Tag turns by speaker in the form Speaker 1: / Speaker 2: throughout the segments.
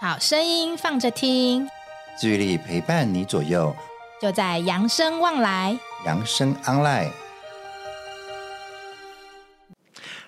Speaker 1: 好声音放着听，
Speaker 2: 治愈力陪伴你左右，
Speaker 1: 就在扬声望来。
Speaker 2: 养生 online。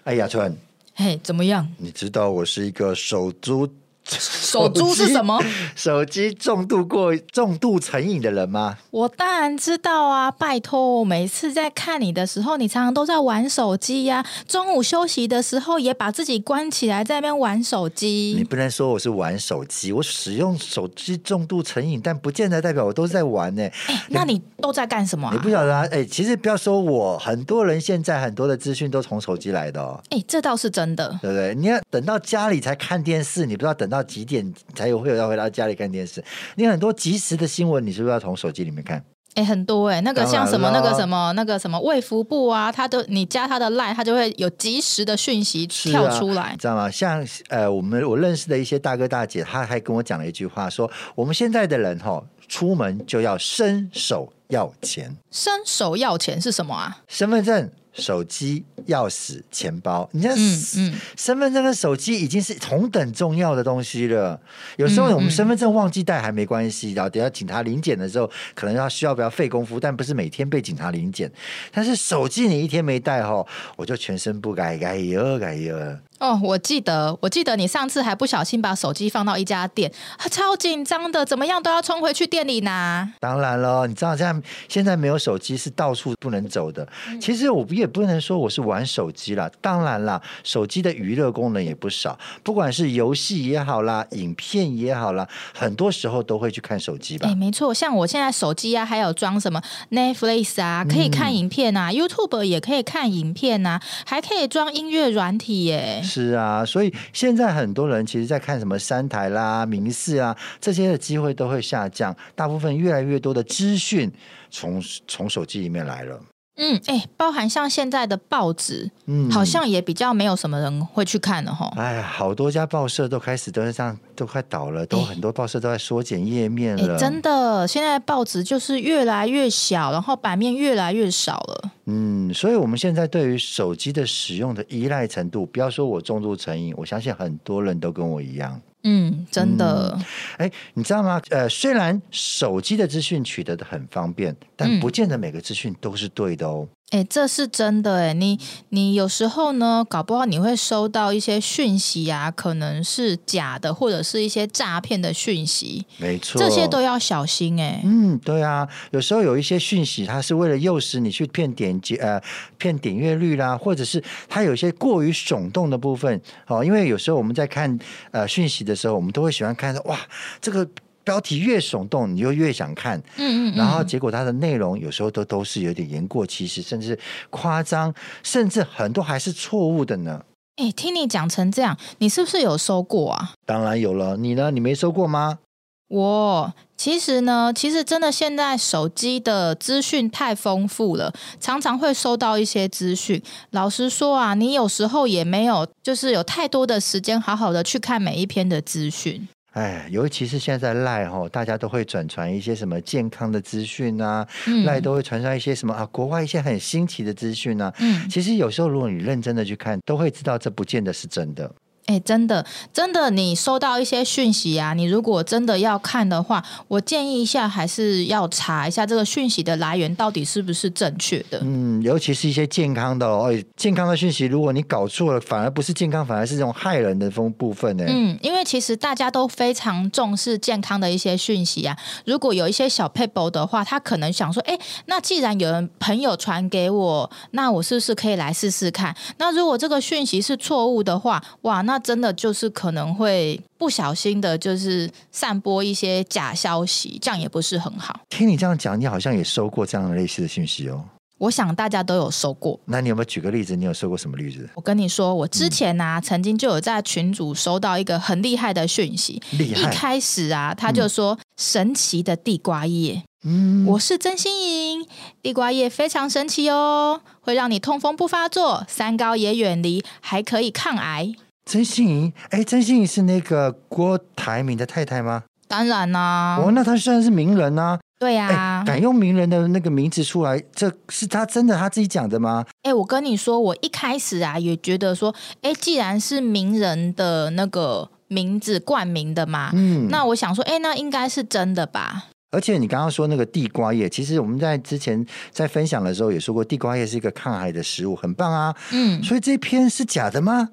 Speaker 2: 哎，雅纯，
Speaker 1: 嘿，怎么样？
Speaker 2: 你知道我是一个手足
Speaker 1: 手珠是什么？
Speaker 2: 手机重度过重度成瘾的人吗？
Speaker 1: 我当然知道啊！拜托，我每次在看你的时候，你常常都在玩手机呀、中午休息的时候，也把自己关起来，在那边玩手
Speaker 2: 你
Speaker 1: 机。
Speaker 2: 不能说我是玩手机，我使用手机重度成瘾，但不见得代表我都在玩呢、
Speaker 1: 那你都在干什么
Speaker 2: 你
Speaker 1: 啊
Speaker 2: 不？晓得啊？哎、其实不要说我，很多人现在很多的资讯都从手机来的哦，
Speaker 1: 哎、这倒是真的。
Speaker 2: 对不对？你要等到家里才看电视，你不知道等到几点才有会有要回到家里看电视。你很多即时的新闻，你是不是要从手机里面看？
Speaker 1: 哎、很多哎、那个像什么那
Speaker 2: 当然啦
Speaker 1: 个什么那个什么卫福部啊，他都你加他的 line，他就会有及时的讯息
Speaker 2: 是
Speaker 1: 跳
Speaker 2: 啊
Speaker 1: 出来
Speaker 2: 你。知道吗？像呃，我们我认识的一些大哥大姐，他还跟我讲了一句话，说我们现在的人哈、出门就要伸手要钱，
Speaker 1: 伸手要钱是什么啊？
Speaker 2: 身份证、手机、钥匙、钱包，你看。
Speaker 1: 嗯嗯，
Speaker 2: 身份证跟手机已经是同等重要的东西了。有时候我
Speaker 1: 嗯
Speaker 2: 们
Speaker 1: 嗯
Speaker 2: 身份证忘记带还没关系，然后等下警察临检的时候，可能要需要比较费功夫，但不是每天被警察临检。但是手机你一天没带哈，我就全身不改改哟改哟了。
Speaker 1: 哦，我记得，我记得你上次还不小心把手机放到一家店，啊超紧张的，怎么样都要冲回去店里拿。
Speaker 2: 当然了，你知道这样现在没有手机是到处不能走的。其实我也不能说我是玩手机啦，当然啦，手机的娱乐功能也不少，不管是游戏也好啦，影片也好啦，很多时候都会去看手机吧
Speaker 1: 哎，。没错，像我现在手机啊，还有装什么 Netflix
Speaker 2: 嗯
Speaker 1: 啊，可以看影片啊、y o u t u b e 也可以看影片啊，还可以装音乐软体耶。
Speaker 2: 是啊，所以现在很多人其实，在看什么三台啦、民视啊这些的机会都会下降，大部分越来越多的资讯从从手机里面来了。
Speaker 1: 嗯，哎，包含像现在的报纸，
Speaker 2: 嗯
Speaker 1: 好像也比较没有什么人会去看了哈。
Speaker 2: 哎呀，好多家报社都开始都是这样，都快倒了，都
Speaker 1: 哎
Speaker 2: 很多报社都在缩减页面
Speaker 1: 哎、
Speaker 2: 了。
Speaker 1: 真的，现在报纸就是越来越小，然后版面越来越少了。
Speaker 2: 嗯，所以我们现在对于手机的使用的依赖程度，不要说我重度成瘾，我相信很多人都跟我一样。
Speaker 1: 嗯，真的，
Speaker 2: 哎，你知道吗？呃，虽然手机的资讯取得的很方便，但
Speaker 1: 嗯
Speaker 2: 不见得每个资讯都是对的哦。
Speaker 1: 哎、这是真的哎。你你有时候呢，搞不好你会收到一些讯息啊，可能是假的，或者是一些诈骗的讯息，
Speaker 2: 没错，
Speaker 1: 这些都要小心哎。
Speaker 2: 嗯，对啊，有时候有一些讯息，它是为了诱使你去骗点击呃骗点阅率啦，或者是它有一些过于耸动的部分哦。因为有时候我们在看呃讯息的时候，我们都会喜欢看说哇，这个标题越耸动，你就越想看，
Speaker 1: 嗯嗯嗯。
Speaker 2: 然后结果它的内容有时候都都是有点言过其实，甚至夸张，甚至很多还是错误的呢。
Speaker 1: 哎、听你讲成这样，你是不是有收过啊？
Speaker 2: 当然有了，你呢？你没收过吗？
Speaker 1: 我其实呢，其实真的现在手机的资讯太丰富了，常常会收到一些资讯。老实说啊，你有时候也没有，就是有太多的时间好好的去看每一篇的资讯。
Speaker 2: 哎，尤其是现在赖吼，大家都会转传一些什么健康的资讯啊，
Speaker 1: 嗯
Speaker 2: 赖、都会传上一些什么啊，国外一些很新奇的资讯啊。
Speaker 1: 嗯，
Speaker 2: 其实有时候如果你认真的去看，都会知道这不见得是真的。
Speaker 1: 哎、真的，真的，你收到一些讯息啊，你如果真的要看的话，我建议一下还是要查一下这个讯息的来源到底是不是正确的。
Speaker 2: 嗯，尤其是一些健康的哦，哎健康的讯息，如果你搞错了，反而不是健康，反而是这种害人的风部分欸呢。
Speaker 1: 嗯，因为其实大家都非常重视健康的一些讯息啊。如果有一些小 paper 的话，他可能想说，哎，那既然有人朋友传给我，那我是不是可以来试试看？那如果这个讯息是错误的话，哇，那真的就是可能会不小心的，就是散播一些假消息，这样也不是很好。
Speaker 2: 听你这样讲，你好像也收过这样类似的讯息哦。
Speaker 1: 我想大家都有收过。
Speaker 2: 那你有没有举个例子？你有收过什么例子？
Speaker 1: 我跟你说，我之前呢、曾经就有在群组收到一个很厉害的讯息，
Speaker 2: 厉
Speaker 1: 一
Speaker 2: 害，
Speaker 1: 开始啊，他就说、神奇的地瓜叶，
Speaker 2: 嗯，
Speaker 1: 我是真心莹，地瓜叶非常神奇哦，会让你痛风不发作，三高也远离，还可以抗癌。
Speaker 2: 曾心怡，哎，曾心怡是那个郭台铭的太太吗？
Speaker 1: 当然啦、
Speaker 2: 哦，那他虽然是名人呐、
Speaker 1: 对呀、
Speaker 2: 啊，哎、
Speaker 1: 啊，哎、
Speaker 2: 敢用名人的那个名字出来，这是他真的他自己讲的吗？
Speaker 1: 我跟你说，我一开始啊也觉得说，哎，既然是名人的那个名字冠名的嘛。
Speaker 2: 嗯，
Speaker 1: 那我想说，哎，那应该是真的吧？
Speaker 2: 而且你刚刚说那个地瓜叶，其实我们在之前在分享的时候也说过，地瓜叶是一个抗癌的食物，很棒啊。
Speaker 1: 嗯，
Speaker 2: 所以这篇是假的吗？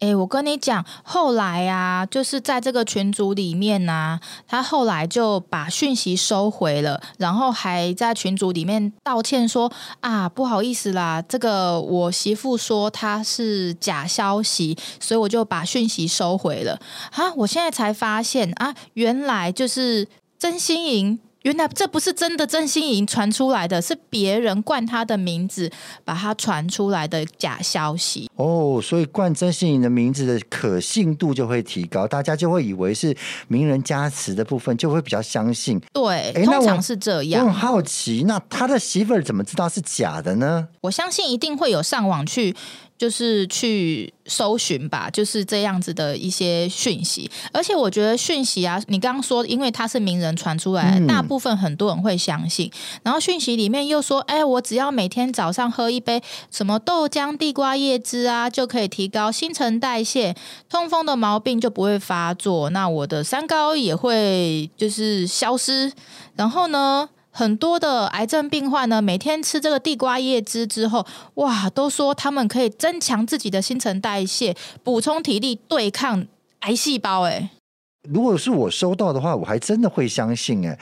Speaker 1: 哎，我跟你讲，后来啊，就是在这个群组里面呢、他后来就把讯息收回了，然后还在群组里面道歉说啊，不好意思啦，这个我媳妇说她是假消息，所以我就把讯息收回了。啊，我现在才发现啊，原来就是真心莹。原来这不是真的真心莹传出来的，是别人冠她的名字把她传出来的假消息。
Speaker 2: 哦，所以冠真信你的名字的可信度就会提高，大家就会以为是名人加持的部分，就会比较相信。
Speaker 1: 对，
Speaker 2: 诶那
Speaker 1: 通
Speaker 2: 我嗯
Speaker 1: 常是这
Speaker 2: 我
Speaker 1: 样。
Speaker 2: 很
Speaker 1: 我
Speaker 2: 好奇，那他的媳妇儿怎么知道是假的呢？
Speaker 1: 相信一定会有上网去，就是去搜寻吧，就是这样子的一些讯息。而且我觉得讯息啊，你刚刚说，因为它是名人传出来的，
Speaker 2: 嗯
Speaker 1: 大部分很多人会相信。然后讯息里面又说，哎，我只要每天早上喝一杯什么豆浆、地瓜叶汁啊，就可以提高新陈代谢，痛风的毛病就不会发作，那我的三高也会就是消失。然后呢，很多的癌症病患呢，每天吃这个地瓜叶汁之后，哇，都说他们可以增强自己的新陈代谢，补充体力，对抗癌细胞、哎。
Speaker 2: 如果是我收到的话，我还真的会相信哎。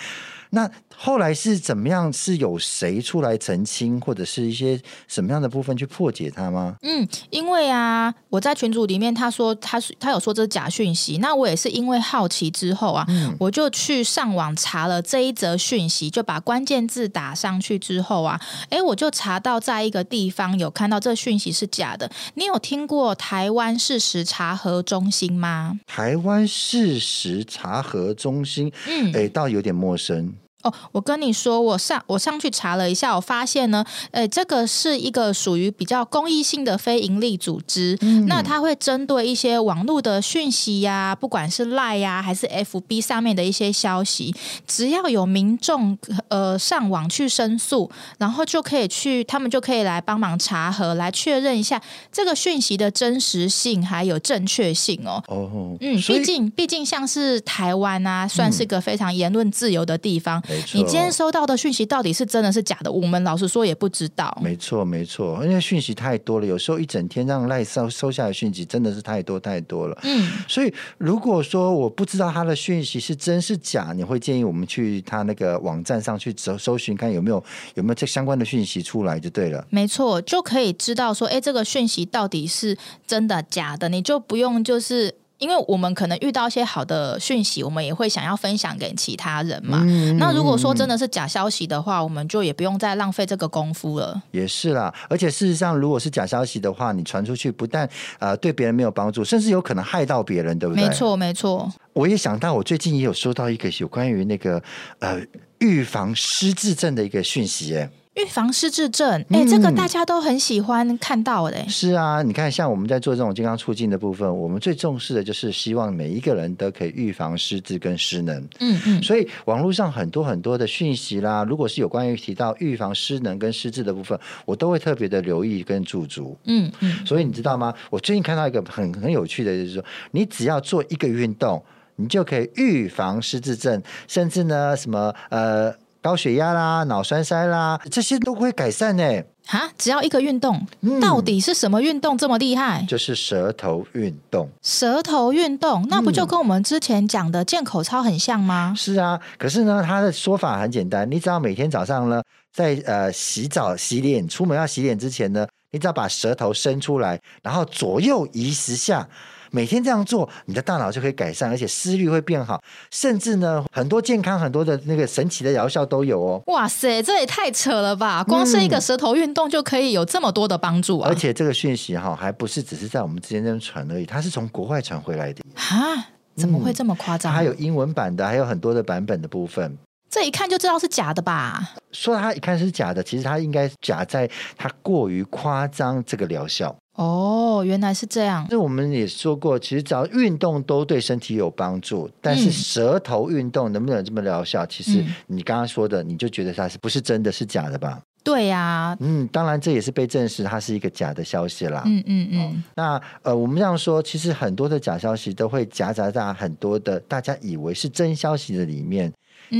Speaker 2: 那后来是怎么样？是有谁出来澄清，或者是一些什么样的部分去破解它吗？
Speaker 1: 嗯，因为啊，我在群组里面，他说他是他有说这是假讯息，那我也是因为好奇之后啊，我就去上网查了这一则讯息，就把关键字打上去之后啊，诶，我就查到在一个地方有看到这讯息是假的。你有听过台湾事实查核中心吗？
Speaker 2: 台湾事实查核中心，
Speaker 1: 嗯，
Speaker 2: 哎，倒有点陌生。
Speaker 1: 哦，我跟你说，我上我上去查了一下，我发现呢，呃，这个是一个属于比较公益性的非营利组织，
Speaker 2: 嗯
Speaker 1: 那它会针对一些网络的讯息呀、不管是 Line 呀、还是 FB 上面的一些消息，只要有民众呃上网去申诉，然后就可以去，他们就可以来帮忙查核，来确认一下这个讯息的真实性还有正确性哦。
Speaker 2: 哦，
Speaker 1: 嗯，
Speaker 2: 所以嗯
Speaker 1: 毕竟毕竟像是台湾啊，算是个非常言论自由的地方。
Speaker 2: 没错
Speaker 1: 你今天收到的讯息到底是真的是假的，我们老实说也不知道。
Speaker 2: 没错，没错，因为讯息太多了，有时候一整天让赖收收下的讯息真的是太多太多了。
Speaker 1: 嗯，
Speaker 2: 所以，如果说我不知道他的讯息是真是假，你会建议我们去他那个网站上去搜搜寻，看有没有有没有这相关的讯息出来就对了。
Speaker 1: 没错，就可以知道说，哎，这个讯息到底是真的假的，你就不用就是。因为我们可能遇到一些好的讯息，我们也会想要分享给其他人嘛。
Speaker 2: 嗯
Speaker 1: 那如果说真的是假消息的话，我们就也不用再浪费这个功夫了。
Speaker 2: 也是啦，而且事实上，如果是假消息的话，你传出去不但呃对别人没有帮助，甚至有可能害到别人，对不对？嗯
Speaker 1: 没。错，没错。
Speaker 2: 我也想到，我最近也有收到一个有关于那个呃预防失智症的一个讯息，哎。
Speaker 1: 预防失智症，哎、这
Speaker 2: 嗯
Speaker 1: 个大家都很喜欢看到的、诶
Speaker 2: 是啊，你看，像我们在做这种健康促进的部分，我们最重视的就是希望每一个人都可以预防失智跟失能。
Speaker 1: 嗯嗯，
Speaker 2: 所以网络上很多很多的讯息啦，如果是有关于提到预防失能跟失智的部分，我都会特别的留意跟驻足。
Speaker 1: 嗯嗯，
Speaker 2: 所以你知道吗？我最近看到一个很 很有趣的，就是说，你只要做一个运动，你就可以预防失智症，甚至呢什么呃高血压啦、脑栓塞啦，这些都会改善呢、
Speaker 1: 哈，只要一个运动，
Speaker 2: 嗯
Speaker 1: 到底是什么运动这么厉害？
Speaker 2: 就是舌头运动。
Speaker 1: 舌头运动，那不就跟我们之前讲的健口操很像吗？
Speaker 2: 是啊，可是呢，他的说法很简单，你只要每天早上呢，在呃洗澡、洗脸、出门要洗脸之前呢，你只要把舌头伸出来，然后左右移十下。每天这样做，你的大脑就可以改善，而且思虑会变好，甚至呢，很多健康很多的那个神奇的疗效都有哦。
Speaker 1: 哇塞，这也太扯了吧！光是一个舌头运动就可以有这么多的帮助啊
Speaker 2: 而！且这个讯息哈，还不是只是在我们之间这样传而已，它是从国外传回来的，
Speaker 1: 嗯哈，怎么会这么夸张？
Speaker 2: 嗯它还有英文版的，还有很多的版本的部分。
Speaker 1: 这一看就知道是假的吧？
Speaker 2: 说它一看是假的，其实它应该假在它过于夸张这个疗效。
Speaker 1: 哦，原来是这样。
Speaker 2: 那我们也说过，其实只要运动都对身体有帮助，但是
Speaker 1: 嗯
Speaker 2: 舌头运动能不能有这么疗效？其实
Speaker 1: 嗯
Speaker 2: 你刚刚说的，你就觉得它是不是真的是假的吧？
Speaker 1: 对呀、
Speaker 2: 嗯，当然这也是被证实它是一个假的消息啦。
Speaker 1: 嗯嗯嗯，
Speaker 2: 那呃，我们这样说，其实很多的假消息都会夹杂在很多的大家以为是真消息的里面。
Speaker 1: 嗯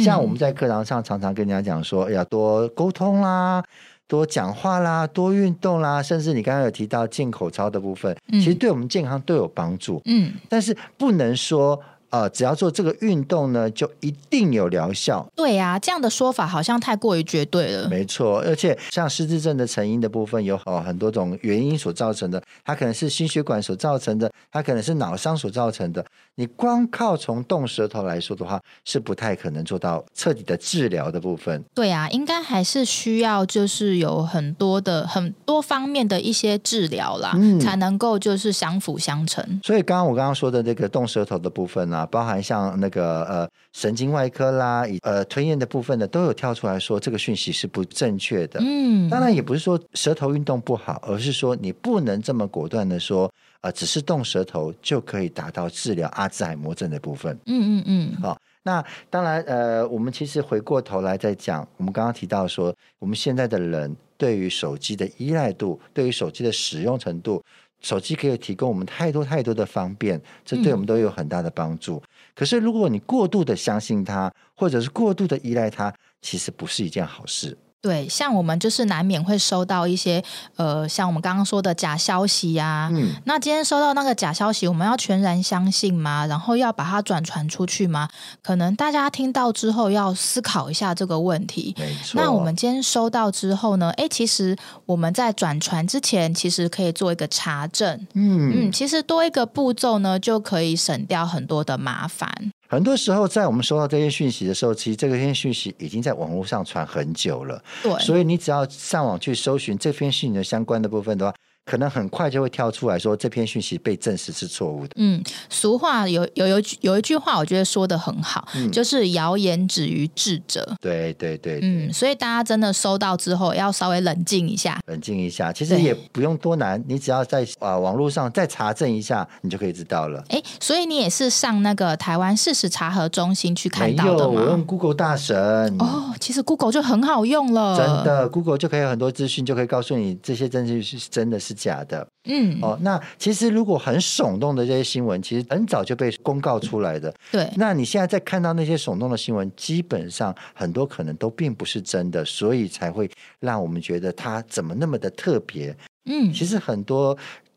Speaker 2: 像我们在课堂上常常跟人家讲说，哎呀，多沟通啦，多讲话啦，多运动啦，甚至你刚刚有提到进口操的部分，
Speaker 1: 嗯
Speaker 2: 其实对我们健康都有帮助。
Speaker 1: 嗯，
Speaker 2: 但是不能说，呃，只要做这个运动呢，就一定有疗效。
Speaker 1: 对呀、这样的说法好像太过于绝对了。
Speaker 2: 没错，而且像失智症的成因的部分有哦很多种原因所造成的，它可能是心血管所造成的，它可能是脑伤所造成的。你光靠从动舌头来说的话，是不太可能做到彻底的治疗的部分。
Speaker 1: 对呀、应该还是需要就是有很多的很多方面的一些治疗啦，
Speaker 2: 嗯
Speaker 1: 才能够就是相辅相成。
Speaker 2: 所以刚刚我刚刚说的那个动舌头的部分呢、啊，包含像那个呃神经外科啦，以呃吞咽的部分呢，都有跳出来说这个讯息是不正确的。
Speaker 1: 嗯，
Speaker 2: 当然也不是说舌头运动不好，而是说你不能这么果断的说，呃，只是动舌头就可以达到治疗阿兹海默症的部分。
Speaker 1: 嗯嗯嗯，
Speaker 2: 那当然，呃，我们其实回过头来再讲，我们刚刚提到说，我们现在的人对于手机的依赖度，对于手机的使用程度，手机可以提供我们太多太多的方
Speaker 1: 嗯
Speaker 2: 便，这对我们都有很大的帮助。可是如果你过度的相信它，或者是过度的依赖它，其实不是一件好事。
Speaker 1: 对，像我们就是难免会收到一些呃，像我们刚刚说的假消息呀、
Speaker 2: 嗯。
Speaker 1: 那今天收到那个假消息，我们要全然相信吗？然后要把它转传出去吗？可能大家听到之后要思考一下这个问题。
Speaker 2: 没错，
Speaker 1: 那我们今天收到之后呢？诶，其实我们在转传之前，其实可以做一个查证。
Speaker 2: 嗯
Speaker 1: 嗯，其实多一个步骤呢，就可以省掉很多的麻烦。
Speaker 2: 很多时候，在我们收到这些讯息的时候，其实这些讯息已经在网络上传很久了，
Speaker 1: 对，
Speaker 2: 所以你只要上网去搜寻这篇讯息的相关的部分的话，可能很快就会跳出来说这篇讯息被证实是错误的。
Speaker 1: 嗯，俗话有有有一句有一句话，我觉得说的很好，
Speaker 2: 嗯
Speaker 1: 就是“谣言止于智者
Speaker 2: 对对对”。对
Speaker 1: 嗯，所以大家真的收到之后，要稍微冷静一下。
Speaker 2: 冷静一下，其实
Speaker 1: 对
Speaker 2: 也不用多难，你只要在啊、网络上再查证一下，你就可以知道了。
Speaker 1: 诶，所以你也是上那个台湾事实查核中心去看
Speaker 2: 没
Speaker 1: 到的
Speaker 2: 有，我
Speaker 1: 吗
Speaker 2: 用？Google 大神。
Speaker 1: 哦，其实 Google 就很好用了，
Speaker 2: 真，的，Google 就可以有很多资讯，就可以告诉你这些证据是真的是假的。
Speaker 1: 嗯，
Speaker 2: 哦，那其实如果很耸动的这些新闻，其实很早就被公告出来的。
Speaker 1: 对，
Speaker 2: 那你现在在看到那些耸动的新闻，基本上很多可能都并不是真的，所以才会让我们觉得它怎么那么的特别。
Speaker 1: 嗯，
Speaker 2: 其实很多。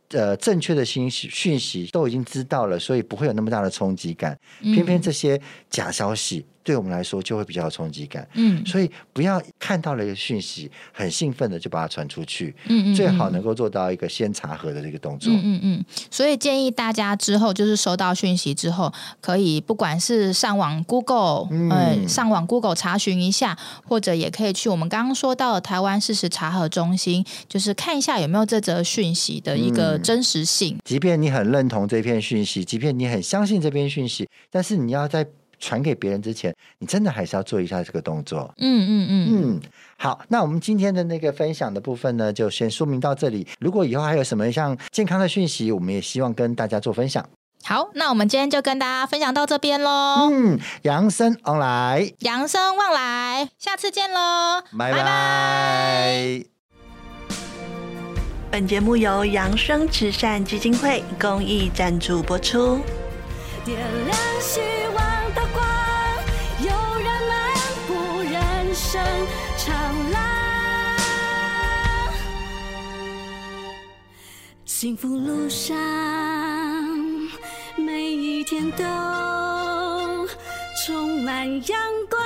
Speaker 2: 呃，正确的信息讯息都已经知道了，所以不会有那么大的冲击感。
Speaker 1: 嗯
Speaker 2: 偏偏这些假消息对我们来说就会比较有冲击感，
Speaker 1: 嗯，
Speaker 2: 所以不要看到了一个讯息很兴奋的就把它传出去，
Speaker 1: 嗯嗯，
Speaker 2: 最好
Speaker 1: 嗯
Speaker 2: 能够做到一个先查核的这个动作。
Speaker 1: 嗯嗯嗯，所以建议大家之后就是收到讯息之后，可以不管是上网 Google，
Speaker 2: 嗯
Speaker 1: 嗯、上网 Google 查询一下，或者也可以去我们刚刚说到的台湾事实查核中心，就是看一下有没有这则讯息的一个
Speaker 2: 嗯
Speaker 1: 真实性。
Speaker 2: 即便你很认同这篇讯息，即便你很相信这篇讯息，但是你要在传给别人之前，你真的还是要做一下这个动作。
Speaker 1: 嗯嗯嗯，
Speaker 2: 嗯，好，那我们今天的那个分享的部分呢，就先说明到这里。如果以后还有什么像健康的讯息，我们也希望跟大家做分享。
Speaker 1: 好，那我们今天就跟大家分享到这边喽，
Speaker 2: 嗯，养生 online，
Speaker 1: 扬生望来，下次见喽，
Speaker 2: 拜拜
Speaker 3: 本节目由扬生慈善基金会公益赞助播出。
Speaker 4: 点亮希望的光，有人漫步人生长廊，幸福路上每一天都充满阳光。